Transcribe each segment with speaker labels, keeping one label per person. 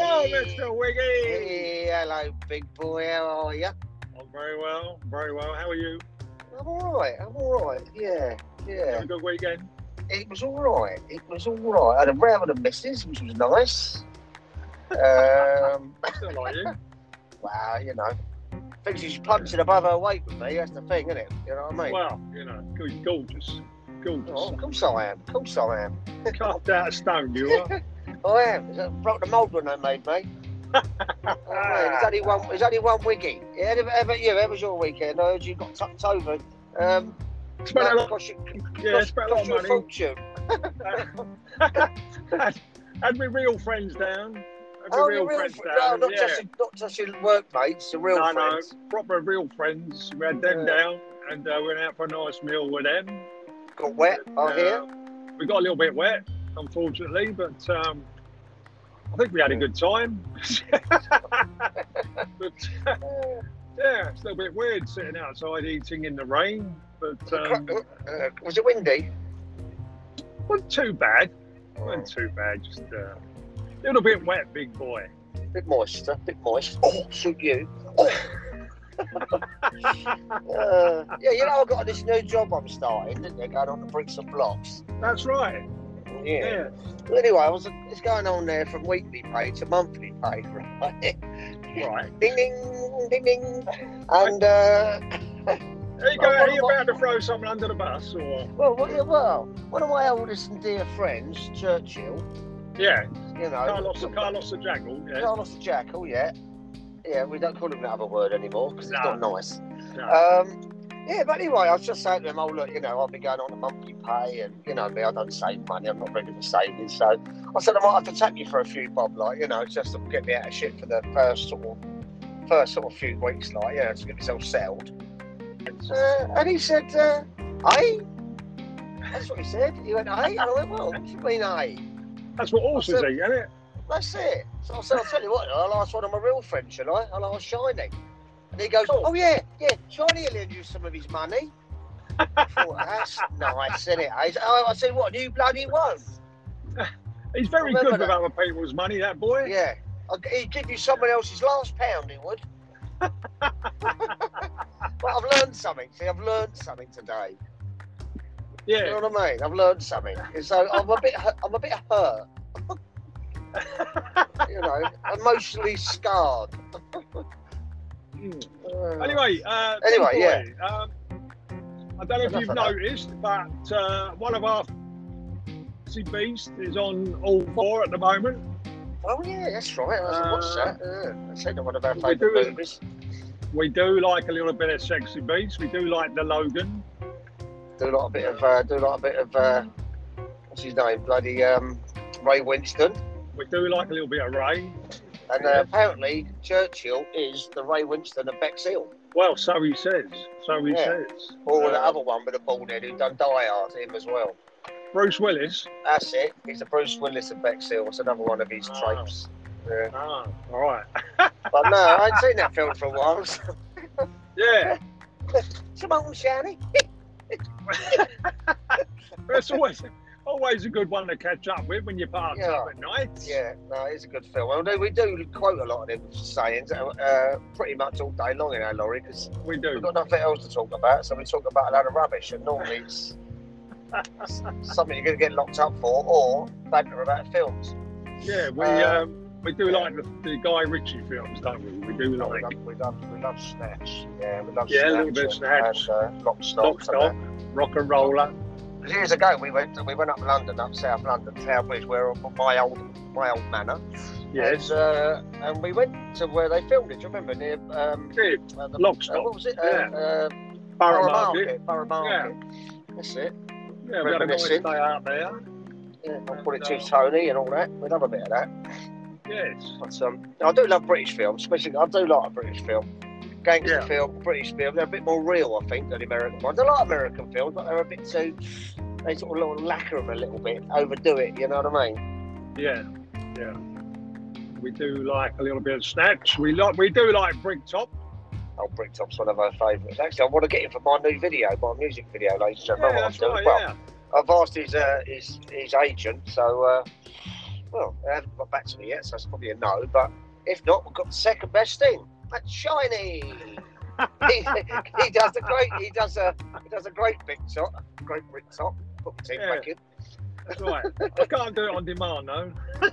Speaker 1: Mr. Wiggy.
Speaker 2: Hey, hello, big boy. How are you?
Speaker 1: Oh, very well, very well. How are you?
Speaker 2: I'm all right. I'm all right. Yeah,
Speaker 1: Have
Speaker 2: yeah.
Speaker 1: a good weekend.
Speaker 2: It was all right. It was all right. I had a round of misses, which was nice. Um,
Speaker 1: Still like you.
Speaker 2: well, you know, thinks she's punching above her weight with me. That's the thing, isn't it? You know what I mean?
Speaker 1: Well, you know, you're gorgeous. Gorgeous.
Speaker 2: Oh, of course I am. Of course I am.
Speaker 1: Carved out of stone, you are.
Speaker 2: I am. Is that broke the mould when they made me? oh, man, there's only one. There's only one wiggy. Yeah, how about- how about you? How was your weekend? I heard you got tucked over. Um,
Speaker 1: Spent a
Speaker 2: that
Speaker 1: lot,
Speaker 2: cost you,
Speaker 1: yeah,
Speaker 2: cost-
Speaker 1: spent a lot
Speaker 2: cost you a
Speaker 1: of money. Uh,
Speaker 2: fortune.
Speaker 1: had, had my real friends down. Had my
Speaker 2: Oh,
Speaker 1: real,
Speaker 2: your real
Speaker 1: friends
Speaker 2: fr-
Speaker 1: down.
Speaker 2: No, not
Speaker 1: yeah.
Speaker 2: just not just your workmates, your real
Speaker 1: no, no,
Speaker 2: friends.
Speaker 1: proper real friends. We had them
Speaker 2: Yeah.
Speaker 1: down and uh, went out for a nice meal with them.
Speaker 2: Got wet, I
Speaker 1: Uh,
Speaker 2: hear.
Speaker 1: We got a little bit wet, unfortunately, but um, I think we had a good time. but uh, yeah, it's a little bit weird sitting outside eating in the rain, but um,
Speaker 2: Cra- uh, was it windy?
Speaker 1: wasn't too bad.
Speaker 2: Oh,
Speaker 1: wasn't too bad. Just uh, a little bit wet, big boy.
Speaker 2: Oh, a bit moist, a bit moist. Oh, suit you. Oh. Uh, yeah, you know, I've got this new job I'm starting, didn't I? Going on to bricks and blocks.
Speaker 1: That's right.
Speaker 2: Yeah.
Speaker 1: Yeah.
Speaker 2: Well, anyway, I was, it's going on there from weekly pay to monthly pay, right?
Speaker 1: Right.
Speaker 2: ding, ding, ding, ding. And, uh,
Speaker 1: There you go. Are you about to throw someone under the bus, or
Speaker 2: well, well, well, one of my oldest and dear friends, Churchill,
Speaker 1: yeah,
Speaker 2: you know.
Speaker 1: Carlos, Carlos the Jackal. Yeah.
Speaker 2: Carlos the Jackal, yeah. Yeah, we don't call him that other word anymore because it's
Speaker 1: No.
Speaker 2: not nice.
Speaker 1: No.
Speaker 2: Um, yeah, but anyway, I was just saying to him, oh, look, you know, I've been going on a monthly pay and, you know, me, I don't save money. I'm not really for savings. So I said, I might have to tap you for a few bob, like, you know, just to get me out of shit for the first sort of, first sort of few weeks, like, you know, to get myself settled. Uh, and he said, uh, aye. That's what he said. He went, aye. And I went, well, what do you mean, aye?
Speaker 1: That's what horses
Speaker 2: So-
Speaker 1: eat, isn't it?
Speaker 2: That's it. So I said, I'll tell you what, I'll ask one of my real friends, shall I? I'll ask Shiny. And he goes,
Speaker 1: Cool.
Speaker 2: Oh, yeah, yeah, Shiny will lend you some of his money. I thought, That's nice, isn't it? I said, oh, I said, What, you bloody won?
Speaker 1: He's very
Speaker 2: Remember
Speaker 1: good with
Speaker 2: that.
Speaker 1: other people's money, that boy.
Speaker 2: Yeah. I'll g- He'd give you someone else's last pound, he would. but I've learned something. See, I've learned something today. You
Speaker 1: Yeah.
Speaker 2: know what I mean? I've learned something. And So I'm a bit, hu- I'm a bit hurt. you know, emotionally scarred.
Speaker 1: Mm.
Speaker 2: Uh,
Speaker 1: Anyway, uh,
Speaker 2: Anyway,
Speaker 1: big boy, Um, I don't know if
Speaker 2: Enough
Speaker 1: you've
Speaker 2: of that.
Speaker 1: noticed, but uh, one of our fancy beast is on all four at the moment.
Speaker 2: Oh yeah, that's right. I said, What's
Speaker 1: Uh,
Speaker 2: that? Uh, I said that one of our
Speaker 1: we
Speaker 2: favourite
Speaker 1: do it.
Speaker 2: movies.
Speaker 1: We do like a little bit of sexy beast. We do like the Logan.
Speaker 2: Do a lot of bit of uh, do a lot of bit of uh, what's his name? Bloody um, Ray Winston.
Speaker 1: We do like a little bit of Ray.
Speaker 2: And uh, apparently Churchill is the Ray Winston of Bexhill.
Speaker 1: Well, so he says. So he
Speaker 2: Yeah.
Speaker 1: says.
Speaker 2: Or
Speaker 1: Uh,
Speaker 2: the other one with the bald head who done Die Hard, him as well.
Speaker 1: Bruce Willis.
Speaker 2: That's it. He's the Bruce Willis of Bexhill. It's another one of his
Speaker 1: Ah.
Speaker 2: tropes. Yeah.
Speaker 1: Ah, all right.
Speaker 2: But no, I ain't seen that film for a while.
Speaker 1: Yeah.
Speaker 2: Come on, Shani.
Speaker 1: That's always always a good one to catch up with when you park
Speaker 2: Yeah.
Speaker 1: up at night.
Speaker 2: Yeah, no, it's a good film. Well, no, we do quote a lot of them sayings uh, uh, pretty much all day long in our lorry because
Speaker 1: We do.
Speaker 2: We've got nothing else to talk about, so we talk about a load of rubbish, and normally it's something you're going to get locked up for, or banter about films.
Speaker 1: Yeah, we
Speaker 2: Uh,
Speaker 1: um, we do
Speaker 2: yeah.
Speaker 1: like the, the Guy Ritchie films, don't we? We do
Speaker 2: we,
Speaker 1: like
Speaker 2: love, we, love, we love Snatch. Yeah, we love
Speaker 1: Yeah, a
Speaker 2: Snatch.
Speaker 1: little bit of Snatch.
Speaker 2: And, uh, Lock, Stock.
Speaker 1: Lock, Stock, Rock and Roller.
Speaker 2: Because years ago, we went we went up London, up South London, Tower Bridge, where my old my old manor.
Speaker 1: Yes.
Speaker 2: And, uh, and we went to where they filmed it. Do you remember near um,
Speaker 1: Yeah,
Speaker 2: uh, the,
Speaker 1: Lock,
Speaker 2: uh,
Speaker 1: Stock,
Speaker 2: what was it?
Speaker 1: yeah.
Speaker 2: Uh, uh,
Speaker 1: Borough
Speaker 2: Borough
Speaker 1: Market.
Speaker 2: Market. Borough Market. That's it.
Speaker 1: Yeah, we had a nice day
Speaker 2: Reminiscent.
Speaker 1: out there.
Speaker 2: Yeah, I'll put it to
Speaker 1: uh,
Speaker 2: Tony and all that. We love a bit of that.
Speaker 1: Yes.
Speaker 2: But um, I do love British films, especially I do like a British film. Gangster
Speaker 1: Yeah.
Speaker 2: film, British film, they're a bit more real, I think, than American ones. I like American films, but they're a bit too, they sort of little lacquer them a little bit, overdo it, you know what I mean?
Speaker 1: Yeah. Yeah. We do like a little bit of snatch. We like we do like Brick Top.
Speaker 2: Oh, Bricktop's one of our favourites. Actually, I want to get him for my new video, my music video, ladies and gentlemen.
Speaker 1: yeah,
Speaker 2: what I'm
Speaker 1: that's
Speaker 2: doing.
Speaker 1: right,
Speaker 2: well,
Speaker 1: yeah.
Speaker 2: I've asked his, uh, his, his agent, so, uh, well, they haven't got back to me yet, so it's probably a no, but If not, we've got the second best thing. That's shiny. he, he does a great. He does a. He does a great big top. Great big top. Put my teeth
Speaker 1: Yeah.
Speaker 2: back in.
Speaker 1: That's right. I can't do it on demand, no.
Speaker 2: No.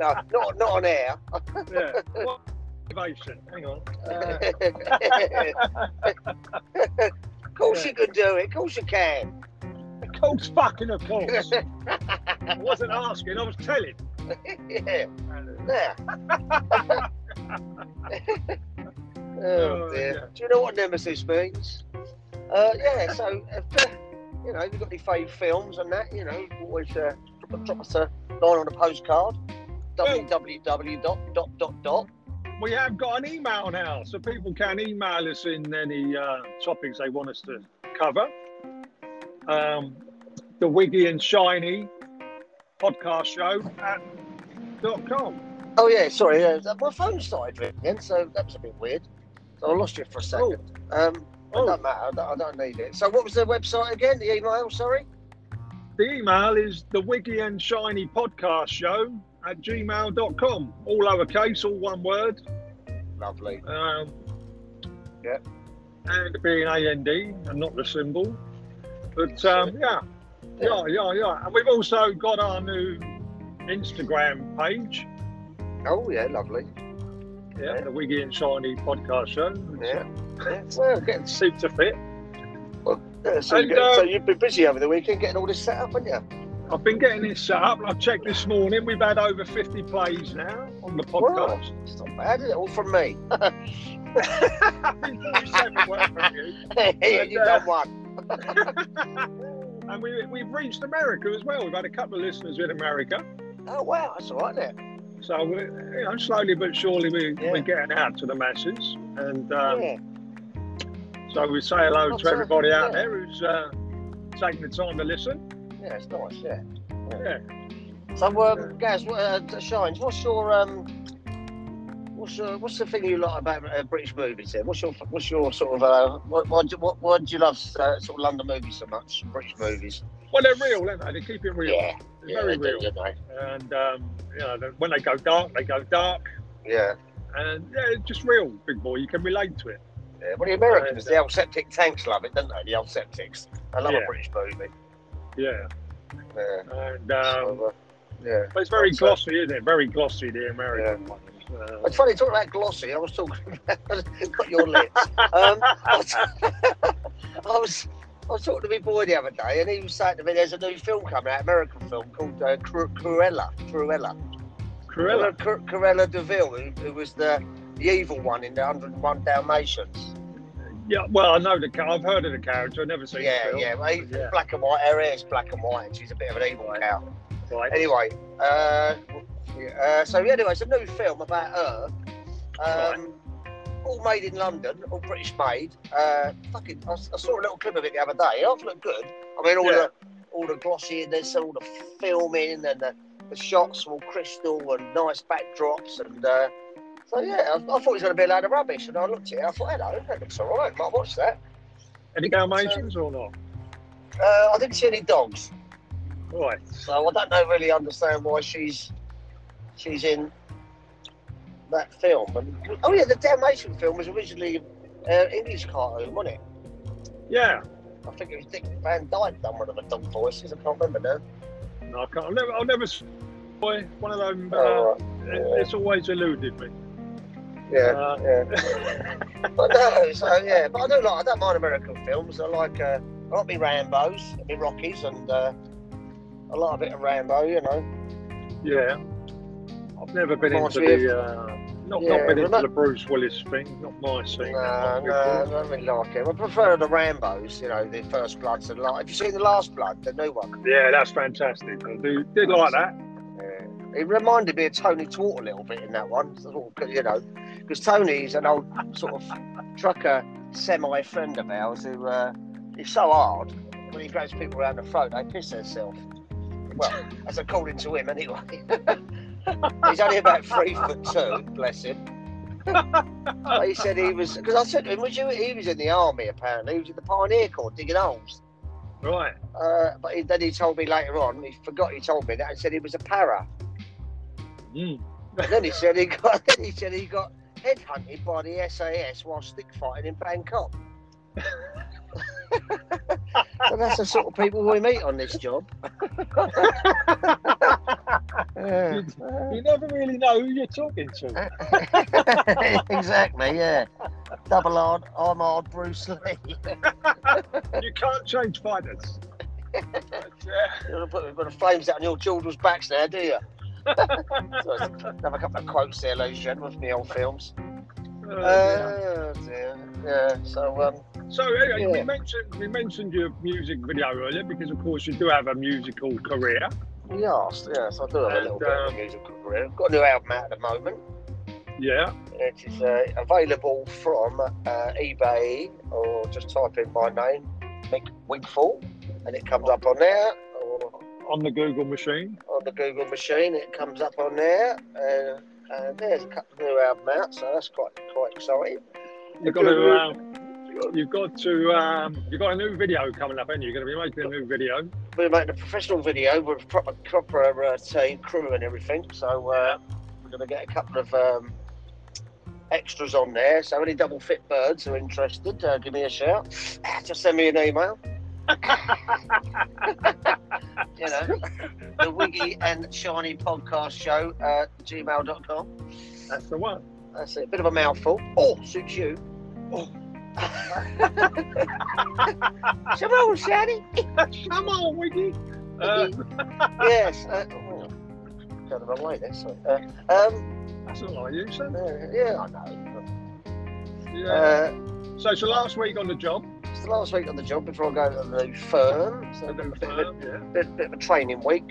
Speaker 2: no, not not on air.
Speaker 1: Yeah. What motivation? Hang on. Uh,
Speaker 2: of course you can do it. Of course you can.
Speaker 1: of course, fucking of course. I wasn't asking, I was telling.
Speaker 2: yeah. Yeah. oh
Speaker 1: Oh,
Speaker 2: dear.
Speaker 1: yeah.
Speaker 2: Do you know what nemesis means? Uh, yeah. So, if, uh, you know, if you've got any favourite films and that, you know, you can always uh, drop, drop us a line on a postcard.
Speaker 1: Oh.
Speaker 2: www dot dot dot dot.
Speaker 1: We have got an email now, so people can email us in any uh, topics they want us to cover. Um, the Wiggy and Shiny podcast show at dot com.
Speaker 2: Oh yeah, sorry. Yeah, my phone started ringing, so that was a bit weird. So I lost you for a second. Um, It
Speaker 1: Oh,
Speaker 2: doesn't matter. I don't, I don't need it. So, what was the website again? The email, sorry?
Speaker 1: the email is the Wiggy and Shiny podcast show at gmail.com. All lowercase, all one word.
Speaker 2: Lovely.
Speaker 1: Um,
Speaker 2: Yeah.
Speaker 1: And being AND and not the symbol. But um, yeah, yeah, yeah, yeah. And we've also got our new Instagram page.
Speaker 2: Oh, yeah, lovely.
Speaker 1: Yeah, the Wiggy and Shiny podcast show.
Speaker 2: Yeah. yeah. Well, good.
Speaker 1: Seems to fit.
Speaker 2: Yeah, so,
Speaker 1: And,
Speaker 2: you
Speaker 1: uh,
Speaker 2: so, you've been busy over the weekend getting all this set up, haven't you?
Speaker 1: I've been getting this set up. I checked this morning. We've had over 50 plays now on the podcast.
Speaker 2: It's not bad, is it? All from me.
Speaker 1: I think 47 were from you.
Speaker 2: You've done one.
Speaker 1: And we, we've reached America as well. We've had a couple of listeners in America.
Speaker 2: Oh, wow, that's all right, isn't it?
Speaker 1: So we, you know, slowly but surely we,
Speaker 2: Yeah.
Speaker 1: we're getting out to the masses, and um,
Speaker 2: yeah.
Speaker 1: so we say hello
Speaker 2: That's
Speaker 1: to everybody
Speaker 2: right,
Speaker 1: out
Speaker 2: yeah.
Speaker 1: there who's uh, taking the time to listen.
Speaker 2: yeah, it's nice, yeah.
Speaker 1: Yeah.
Speaker 2: So, um, Gaz, what, uh, Shines, what's your. um? What's, your, what's the thing you like about uh, British movies? Then what's your what's your sort of uh, why, why, do, why, why do you love uh, sort of London movies so much? British movies?
Speaker 1: Well, they're real, aren't they? They keep it real.
Speaker 2: Yeah,
Speaker 1: They're
Speaker 2: yeah,
Speaker 1: very
Speaker 2: they do,
Speaker 1: real.
Speaker 2: don't they?
Speaker 1: And um, you know, the- when they go dark, they go dark.
Speaker 2: Yeah,
Speaker 1: And yeah, it's just real, big boy. You can relate to it.
Speaker 2: yeah. Well, the Americans, the old septic tanks love it, don't they? The old septics. I love
Speaker 1: Yeah.
Speaker 2: a British movie.
Speaker 1: Yeah.
Speaker 2: Yeah.
Speaker 1: And um,
Speaker 2: So, uh, yeah.
Speaker 1: but it's very
Speaker 2: so-
Speaker 1: glossy, isn't it? Very glossy, the American ones. Uh,
Speaker 2: It's funny talking about glossy. I was talking about got your lips. Um, I, was, I was I was talking to my boy the other day, and he was saying to me, "There's a new film coming out, American film called uh, Cru- Cruella." Cruella.
Speaker 1: Cruella.
Speaker 2: Cru- Cruella Deville, who, who was the, the evil one in the 101 Dalmatians.
Speaker 1: Yeah. Well, I know the. ca- I've heard of the character. I've never seen the
Speaker 2: Yeah,
Speaker 1: film.
Speaker 2: yeah, mate.
Speaker 1: Yeah.
Speaker 2: Black and white. Her hair's black and white, and she's a bit of an evil cow.
Speaker 1: Right.
Speaker 2: Anyway, uh, yeah, uh, so anyway, it's a new film about her. Um, All made in London, all British made. Uh, fucking, I, s- I saw a little clip of it the other day. It looked good. I mean, all
Speaker 1: Yeah.
Speaker 2: the all the glossiness, all the filming, and the, the shots were all crystal and nice backdrops. And uh, so yeah, I, I thought it was going to be a load of rubbish. And I looked at it, I thought, hello, that looks all right. Might watch that.
Speaker 1: Any Dalmatians or not?
Speaker 2: Uh, I didn't see any dogs.
Speaker 1: Right.
Speaker 2: So I don't know, really understand why she's she's in that film. And oh yeah, the Dalmatian film was originally uh, English cartoon, wasn't it?
Speaker 1: Yeah.
Speaker 2: I think it was Dick Van Dyke done one of the dog voices. I can't remember now.
Speaker 1: No, I can't. I'll never. I'll never. s- Boy, one of them. Uh,
Speaker 2: Oh,
Speaker 1: it- It's always eluded me.
Speaker 2: yeah,
Speaker 1: Uh,
Speaker 2: yeah. but no, so yeah. But I don't like. I don't mind American films. I like. Uh, I like me Rambo's, me Rockies, and uh, I like a bit of Rambo. You know.
Speaker 1: yeah. I've never been
Speaker 2: Reminds
Speaker 1: into
Speaker 2: me
Speaker 1: the. Uh, not,
Speaker 2: Yeah,
Speaker 1: not been into
Speaker 2: remi-
Speaker 1: the Bruce Willis thing. Not my thing.
Speaker 2: No, no, I don't really like it. I prefer the Rambo's. You know, the First Bloods and like. Have you seen the Last Blood, the new one?
Speaker 1: Yeah, that's fantastic. I do, did like that.
Speaker 2: Yeah. It reminded me of Tony Twart a little bit in that one, sort of, you know, because Tony's an old sort of trucker semi friend of ours who uh, he's so hard when he grabs people around the throat, they piss themselves. Well, that's according to him anyway. he's only about three foot two, bless him. But he said he was because I said to him, "Was you?" He was in the army apparently. He was in the pioneer corps digging holes.
Speaker 1: Right.
Speaker 2: Uh, but he, then he told me later on, he forgot he told me that, and said he was a para.
Speaker 1: Mm.
Speaker 2: And then he said he got then he said he got headhunted by the SAS while stick fighting in Bangkok. so that's the sort of people we meet on this job. Yeah.
Speaker 1: You never really know who you're talking to.
Speaker 2: exactly, yeah. Double R, I'm hard Bruce Lee.
Speaker 1: You can't change fighters. But, uh,
Speaker 2: You're gonna put, you're gonna flames out on your children's backs there, do you? So, Have a couple of quotes there, ladies and gentlemen, from the old films.
Speaker 1: uh,
Speaker 2: Oh, dear. Yeah, so, um,
Speaker 1: so anyway, we
Speaker 2: yeah.
Speaker 1: mentioned we mentioned your music video earlier because of course you do have a musical career.
Speaker 2: yes, yes, I do have a little
Speaker 1: And,
Speaker 2: bit of a
Speaker 1: um,
Speaker 2: musical career. I've got a new album out at the moment.
Speaker 1: Yeah.
Speaker 2: It is uh, available from uh, eBay or just type in my name, Mick Wigfall, and it comes up on there. Or
Speaker 1: On the Google machine.
Speaker 2: on the Google machine, it comes up on there. Uh, and there's a couple of new album out, so that's quite quite exciting.
Speaker 1: You've got to um, you've got to um, you've got a new video coming up, haven't you? You're gonna be making a new video.
Speaker 2: We're making a professional video with a proper, proper uh, team, crew, and everything. So uh, we're going to get a couple of um, extras on there. So any double fit birds who are interested, uh, give me a shout. Just send me an email. you know, the Wiggy and Shiny Podcast Show at gmail.com.
Speaker 1: That's the one.
Speaker 2: That's it. A bit of a mouthful. Oh, suits you. Oh. Come on, Shiny.
Speaker 1: Come on, Wiggy. Uh,
Speaker 2: yes. Uh, oh, got the wrong way there. Sorry. Uh, um,
Speaker 1: that's all right, you said.
Speaker 2: uh, yeah, I know.
Speaker 1: Yeah.
Speaker 2: Uh,
Speaker 1: So it's the last week on the job.
Speaker 2: it's the last week on the job before I go to the new firm. So a bit, bit, bit,
Speaker 1: Yeah.
Speaker 2: bit, bit of a training week,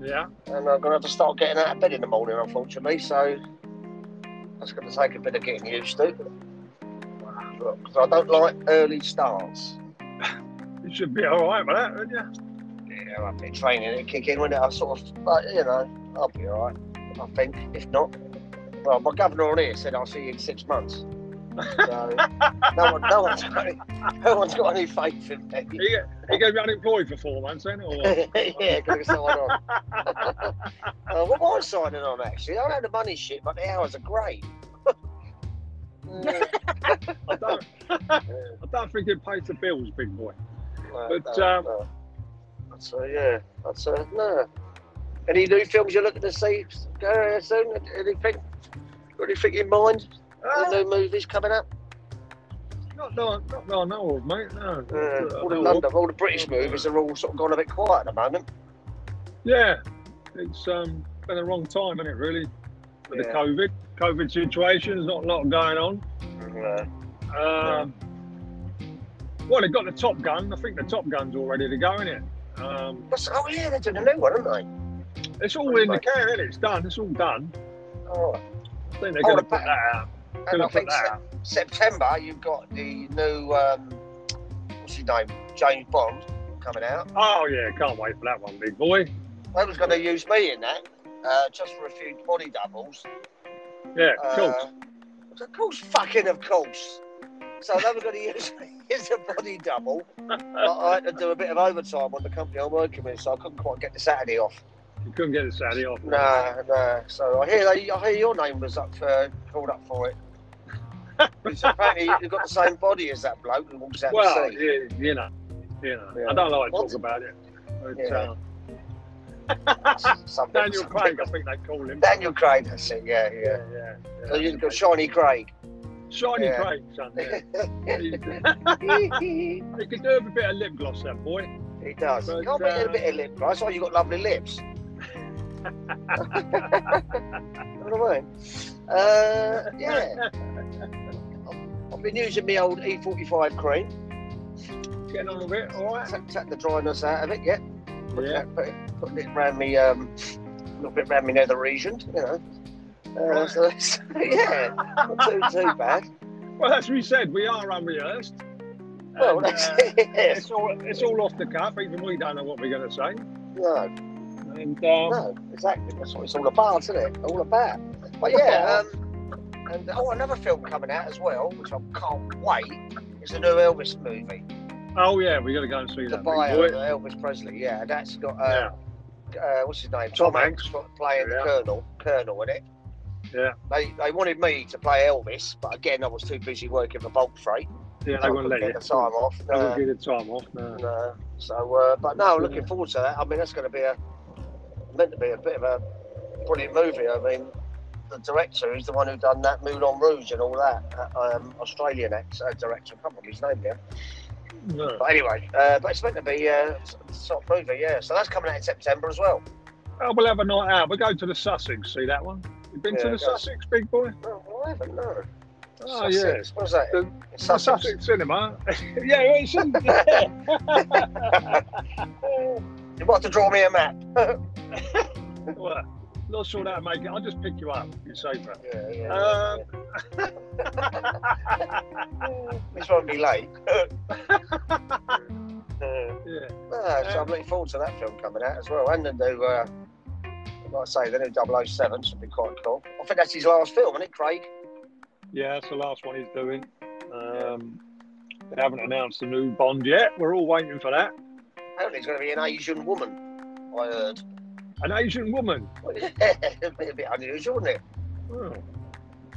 Speaker 1: Yeah.
Speaker 2: and I'm gonna have to start getting out of bed in the morning, unfortunately. So that's gonna take a bit of getting used to. Because I don't like early starts.
Speaker 1: You should be all right with that, wouldn't you?
Speaker 2: Yeah, I've been training it kick in when I sort of, like, you know, I'll be all right. I think if not, well, my governor on here said I'll see you in six months. So no one, no one's got any, no one's got any faith in me.
Speaker 1: He, he gonna be unemployed for four months, then, or what?
Speaker 2: yeah, going to sign on. uh, what was signing on actually? I know the money shit, but the hours are great. Mm,
Speaker 1: I don't, I don't think it pays the bills, big boy.
Speaker 2: no,
Speaker 1: But,
Speaker 2: no,
Speaker 1: um,
Speaker 2: no. I'd say yeah. I'd say no. Any new films you're looking to see uh, soon? Anything? Got anything in mind?
Speaker 1: Uh,
Speaker 2: Any new movies coming up?
Speaker 1: not, not, not that I know of, mate. No.
Speaker 2: Uh, all, the
Speaker 1: No.
Speaker 2: London, all the British movies are all sort of gone a bit quiet at the moment.
Speaker 1: Yeah, it's um, been a wrong time, isn't it? Really, with the
Speaker 2: Yeah.
Speaker 1: COVID, COVID situation, there's not a lot going on.
Speaker 2: Uh,
Speaker 1: Um, Well, they've got the Top Gun. I think the Top Gun's all ready to go, isn't it? Um,
Speaker 2: what's, oh yeah, they're doing a new one, aren't
Speaker 1: it's all in the can, isn't it? It's done. It's all done.
Speaker 2: they? Oh,
Speaker 1: I think they're going
Speaker 2: Oh,
Speaker 1: to
Speaker 2: the
Speaker 1: put that out.
Speaker 2: and
Speaker 1: Gonna
Speaker 2: I
Speaker 1: put
Speaker 2: think
Speaker 1: that
Speaker 2: se-
Speaker 1: out.
Speaker 2: September you've got the new um, what's his name, James Bond coming out.
Speaker 1: Oh yeah, can't wait for that one, big boy.
Speaker 2: They was going to use me in that uh, just for a few body doubles.
Speaker 1: Yeah,
Speaker 2: Uh,
Speaker 1: cool.
Speaker 2: Of course, fucking of course. So they were going to use me as a body double. But I had to do a bit of overtime on the company I'm working with, so I couldn't quite get the Saturday off.
Speaker 1: You couldn't get the Saudi off.
Speaker 2: Nah, nah. So I hear they, I hear your name was up for, called up for it. Because apparently you've got the same body as that bloke who walks out
Speaker 1: Well,
Speaker 2: the sea.
Speaker 1: you, you know, you know,
Speaker 2: Yeah.
Speaker 1: I don't like to
Speaker 2: What?
Speaker 1: talk about it. But,
Speaker 2: Yeah.
Speaker 1: uh,
Speaker 2: Something-
Speaker 1: Daniel
Speaker 2: something-
Speaker 1: Craig, I think they call him.
Speaker 2: Daniel Craig, that's it, yeah, yeah.
Speaker 1: Yeah, yeah.
Speaker 2: So
Speaker 1: yeah.
Speaker 2: you've got Shiny Craig.
Speaker 1: Shiny
Speaker 2: yeah.
Speaker 1: Craig, son. Yeah. he,
Speaker 2: he
Speaker 1: he could do with a bit of lip gloss, that boy.
Speaker 2: does.
Speaker 1: But,
Speaker 2: Can't beat a
Speaker 1: uh,
Speaker 2: bit of lip gloss. Oh, you've got lovely lips. you know what I mean? Uh, yeah, I've been using my old E45 cream.
Speaker 1: Getting on with it, all right?
Speaker 2: Take, take the dryness out of it, yeah. Putting,
Speaker 1: Yeah.
Speaker 2: it, put it- putting it round me, um, a little bit round me nether region, you know. Uh, so that's, yeah, not too, too bad.
Speaker 1: Well, as we said, we are unrehearsed.
Speaker 2: Well,
Speaker 1: And,
Speaker 2: that's
Speaker 1: uh,
Speaker 2: yes.
Speaker 1: it's all it's all off the cuff. Even we don't know what we're going to say.
Speaker 2: No,
Speaker 1: And um,
Speaker 2: no, exactly. That's what it's all about, isn't it? All about. But yeah, um, and oh, another film coming out as well, which I can't wait, is the new Elvis movie, uh,
Speaker 1: oh yeah, we got to go and see
Speaker 2: The
Speaker 1: that.
Speaker 2: Bio,
Speaker 1: big
Speaker 2: of
Speaker 1: boy.
Speaker 2: Elvis Presley. Yeah, that's got. Uh,
Speaker 1: Yeah.
Speaker 2: uh, what's his name?
Speaker 1: Tom Hanks.
Speaker 2: playing
Speaker 1: Yeah.
Speaker 2: the Colonel, Colonel, wasn't it?
Speaker 1: Yeah.
Speaker 2: They they wanted me to play Elvis, but again, I was too busy working for Bulk Freight.
Speaker 1: Yeah,
Speaker 2: so
Speaker 1: they
Speaker 2: I
Speaker 1: won't
Speaker 2: couldn't
Speaker 1: let
Speaker 2: get
Speaker 1: you.
Speaker 2: the time off. Uh,
Speaker 1: They
Speaker 2: no.
Speaker 1: won't give you the time off. No.
Speaker 2: And, uh, so, uh, but no, looking
Speaker 1: Yeah.
Speaker 2: forward to that. I mean, that's going to be a meant to be a bit of a brilliant movie. I mean, the director is the one who done that Moulin Rouge and all that. that, Um, Australian ex uh, director, I can't remember his name now.
Speaker 1: No.
Speaker 2: But anyway, uh, but it's meant to be uh, s- sort of movie, yeah. So that's coming out in September as well.
Speaker 1: Oh, we'll have a night out. We'll go to the Sussex. See that one? You been to
Speaker 2: Yeah,
Speaker 1: the
Speaker 2: go.
Speaker 1: Sussex, big boy?
Speaker 2: No, I haven't. No.
Speaker 1: Oh,
Speaker 2: Sussex. What was that?
Speaker 1: The-
Speaker 2: In
Speaker 1: yeah. Sussex. Sussex cinema. yeah, it's in yeah.
Speaker 2: You want to draw me a map?
Speaker 1: well, not sure that'll make it. I'll just pick you up. You're safer.
Speaker 2: Yeah, yeah. yeah.
Speaker 1: Um,
Speaker 2: this won't be late. Uh,
Speaker 1: yeah.
Speaker 2: No, so I'm looking forward to that film coming out as well, and the new, uh, like I say, the new 007 should be quite cool. I think that's his last film, isn't it, Craig?
Speaker 1: yeah, that's the last one he's doing. Um, they haven't announced the new Bond yet. We're all waiting for that.
Speaker 2: Apparently, it's going to be an Asian woman. I heard.
Speaker 1: An Asian woman.
Speaker 2: a, bit, a bit unusual, isn't it?
Speaker 1: Oh.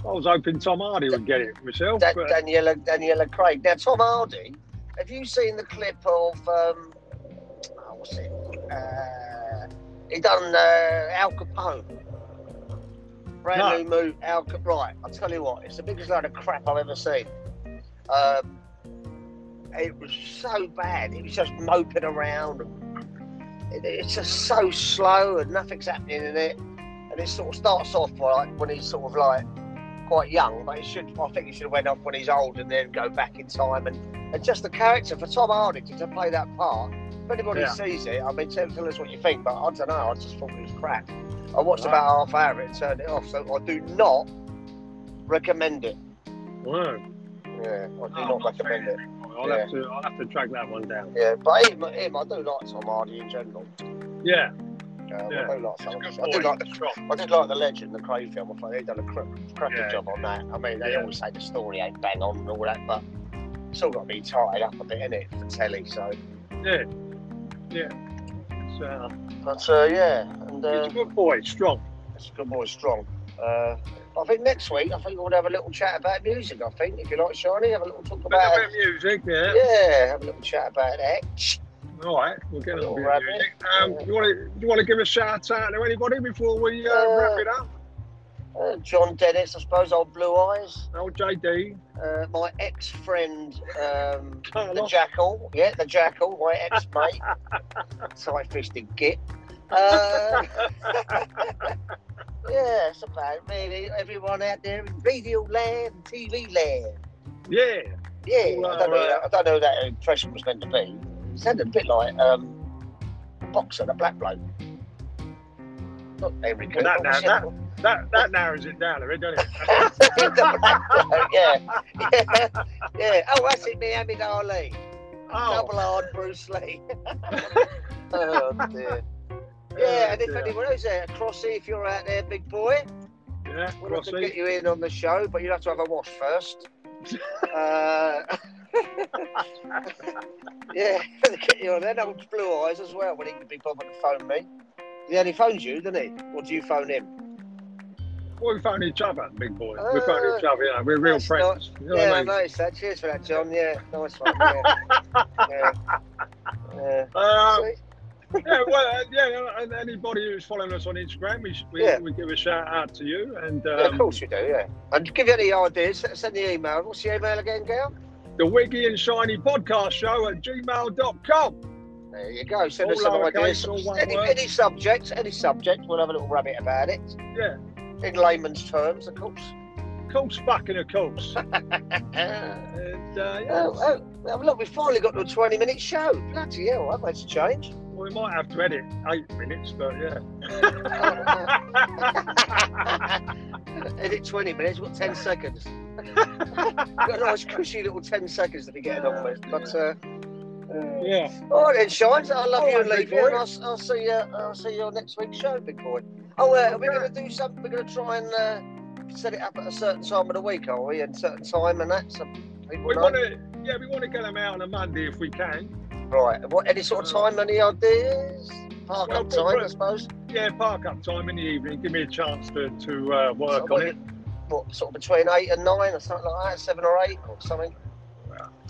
Speaker 1: I was hoping Tom Hardy would get it myself.
Speaker 2: Da-
Speaker 1: but-
Speaker 2: Daniela, Daniela Craig. Now, Tom Hardy. Have you seen the clip of um, oh, what's it? Uh, he done uh, Al Capone. Brand
Speaker 1: No.
Speaker 2: new movie, Al Cap- Right, I'll tell you what, it's the biggest load of crap I've ever seen. Um, it was so bad. It was just moping around. It, it's just so slow and nothing's happening in it. And it sort of starts off like when he's sort of like quite young, but it should. I think it should have went off when he's old and then go back in time. And, and just the character for Tom Hardy to, to play that part. If anybody
Speaker 1: Yeah.
Speaker 2: sees it, I mean, tell, tell us what you think. But I don't know. I just thought it was crap. I watched
Speaker 1: Right.
Speaker 2: about half hour of it and turned it off. So I do not recommend it.
Speaker 1: Wow.
Speaker 2: Yeah, I do
Speaker 1: Oh,
Speaker 2: not recommend it.
Speaker 1: I'll
Speaker 2: Yeah.
Speaker 1: have to I'll have to track that one down.
Speaker 2: Yeah, but him, him, I do like Tom Hardy in general.
Speaker 1: Yeah.
Speaker 2: Um,
Speaker 1: Yeah.
Speaker 2: I do like Tom.
Speaker 1: Good
Speaker 2: I do
Speaker 1: boy.
Speaker 2: like the. I did like the Legend, the Cray film. I thought they done a cra- cracking
Speaker 1: Yeah.
Speaker 2: job on that. I mean, they
Speaker 1: Yeah.
Speaker 2: always say the story ain't bang on and all that, but it's all got to be tied up a bit in it for telly. So,
Speaker 1: Yeah. Yeah. So
Speaker 2: but uh, yeah, and uh,
Speaker 1: he's a good boy, strong.
Speaker 2: it's a good boy, strong. Uh, I think next week, I think we'll have a little chat about music. I think if you like Shiny, have a little talk
Speaker 1: Bit
Speaker 2: about.
Speaker 1: of music, yeah.
Speaker 2: Yeah, have a little chat about X.
Speaker 1: All right, we'll get a little bit of
Speaker 2: Rabbit.
Speaker 1: music. Um, you want to you want to give a shout out to anybody before we uh,
Speaker 2: Uh,
Speaker 1: wrap it up?
Speaker 2: Uh, John Dennis, I suppose, old Blue Eyes.
Speaker 1: Old JD,
Speaker 2: Uh, my ex friend, um, the
Speaker 1: Carlos.
Speaker 2: Jackal. Yeah, the Jackal, my ex mate. Tight fisted git. Uh, yeah, it's about really everyone out there in radio land and TV land.
Speaker 1: yeah,
Speaker 2: Yeah, I don't, know,
Speaker 1: Alright.
Speaker 2: I don't know who that impression was meant to be. It sounded a bit like um, Boxer, the black bloke. Not Henry
Speaker 1: Well, that-
Speaker 2: Cooper, what's
Speaker 1: that-
Speaker 2: it?
Speaker 1: that that narrows it down a bit, doesn't it?
Speaker 2: The black bloke, yeah. yeah. Yeah. Oh, that's it, Muhammad Ali.
Speaker 1: oh,
Speaker 2: Double R Bruce Lee. oh, dear. Oh, Yeah, and if
Speaker 1: yeah.
Speaker 2: anyone else there, Crossy, if you're out there, big boy,
Speaker 1: yeah,
Speaker 2: we'll have to
Speaker 1: Crossy.
Speaker 2: get you in on the show, but you'll have to have a wash first. uh, yeah, we'll get you on there. That old blue eyes as well, when he can be bothered to phone me. Yeah, he phones you, doesn't he? Or do you phone him?
Speaker 1: Well, we found each other, big boy. we
Speaker 2: Uh,
Speaker 1: found each other. Yeah, we're real
Speaker 2: that's
Speaker 1: friends. You know
Speaker 2: yeah,
Speaker 1: what
Speaker 2: I
Speaker 1: I mean?
Speaker 2: noticed that. Cheers for that, John. Yeah, nice one. Yeah. yeah. yeah.
Speaker 1: Um,
Speaker 2: Sweet.
Speaker 1: yeah, well, uh, yeah, and anybody who's following us on Instagram, we, sh- we,
Speaker 2: Yeah.
Speaker 1: we give a shout out to you. And
Speaker 2: yeah, of
Speaker 1: um,
Speaker 2: course you do, yeah. And give you any ideas, send- send the email. What's the email again, Gail?
Speaker 1: the Wiggy and Shiny podcast show at gmail.com.
Speaker 2: There you go. Send
Speaker 1: All
Speaker 2: us some
Speaker 1: lowercase,
Speaker 2: ideas.
Speaker 1: all one
Speaker 2: Any,
Speaker 1: word.
Speaker 2: any subject, any subject. We'll have a little rabbit about it.
Speaker 1: Yeah.
Speaker 2: In layman's terms, of course.
Speaker 1: Of course, fucking of course.
Speaker 2: oh,
Speaker 1: and uh, yeah,
Speaker 2: oh, oh, look, we finally got to a 20 minute show. Bloody hell, I've made a change.
Speaker 1: we might have to edit eight minutes, but yeah.
Speaker 2: Edit 20 minutes, we've got 10 seconds. we've got a nice cushy little 10 seconds to be getting on with. But, uh,
Speaker 1: yeah.
Speaker 2: All right, then, Shines. I love you and
Speaker 1: Alright,
Speaker 2: leave
Speaker 1: big
Speaker 2: you. And
Speaker 1: boy.
Speaker 2: I'll, I'll see you. I'll see you on next week's show, big boy. Oh, uh, we're going to do something. We're going to try and uh, set it up at a certain time of the week, are we? And certain time and that. So people
Speaker 1: We
Speaker 2: know.
Speaker 1: want to, yeah, we want to get them out on a Monday if we can.
Speaker 2: Right. What? Any sort of time? Any ideas? Park up
Speaker 1: Uh, Well,
Speaker 2: time, I
Speaker 1: well,
Speaker 2: suppose.
Speaker 1: Yeah, park up time in the evening. Give me a chance to, to uh, work on it.
Speaker 2: What, sort of between eight and nine or something like that, seven or eight or something.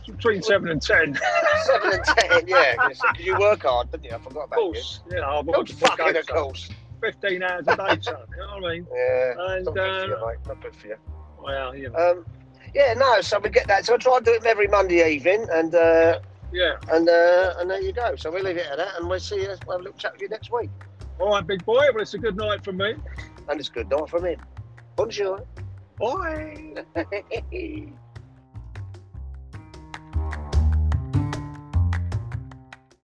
Speaker 1: Between seven and ten.
Speaker 2: seven and ten, yeah. 'cause you work hard, didn't you? I forgot
Speaker 1: Of
Speaker 2: about you.
Speaker 1: course. Yeah, I've
Speaker 2: Not
Speaker 1: got to book
Speaker 2: fucking
Speaker 1: out,
Speaker 2: of
Speaker 1: son.
Speaker 2: course.
Speaker 1: 15 hours a day, son. You know what I mean?
Speaker 2: Yeah.
Speaker 1: And,
Speaker 2: Not good for
Speaker 1: uh,
Speaker 2: you, mate. Not good for you.
Speaker 1: well, you know,
Speaker 2: Um, yeah, no. So we get that. So I try and do it every Monday evening, and uh,
Speaker 1: yeah.
Speaker 2: and uh, and there you go. So we leave it at that, and we'll see you. We'll have a little chat with you next week.
Speaker 1: All right, big boy. Well, it's a good night from me.
Speaker 2: And it's good night from him. Bonjour.
Speaker 1: Bye.
Speaker 2: Hehehe.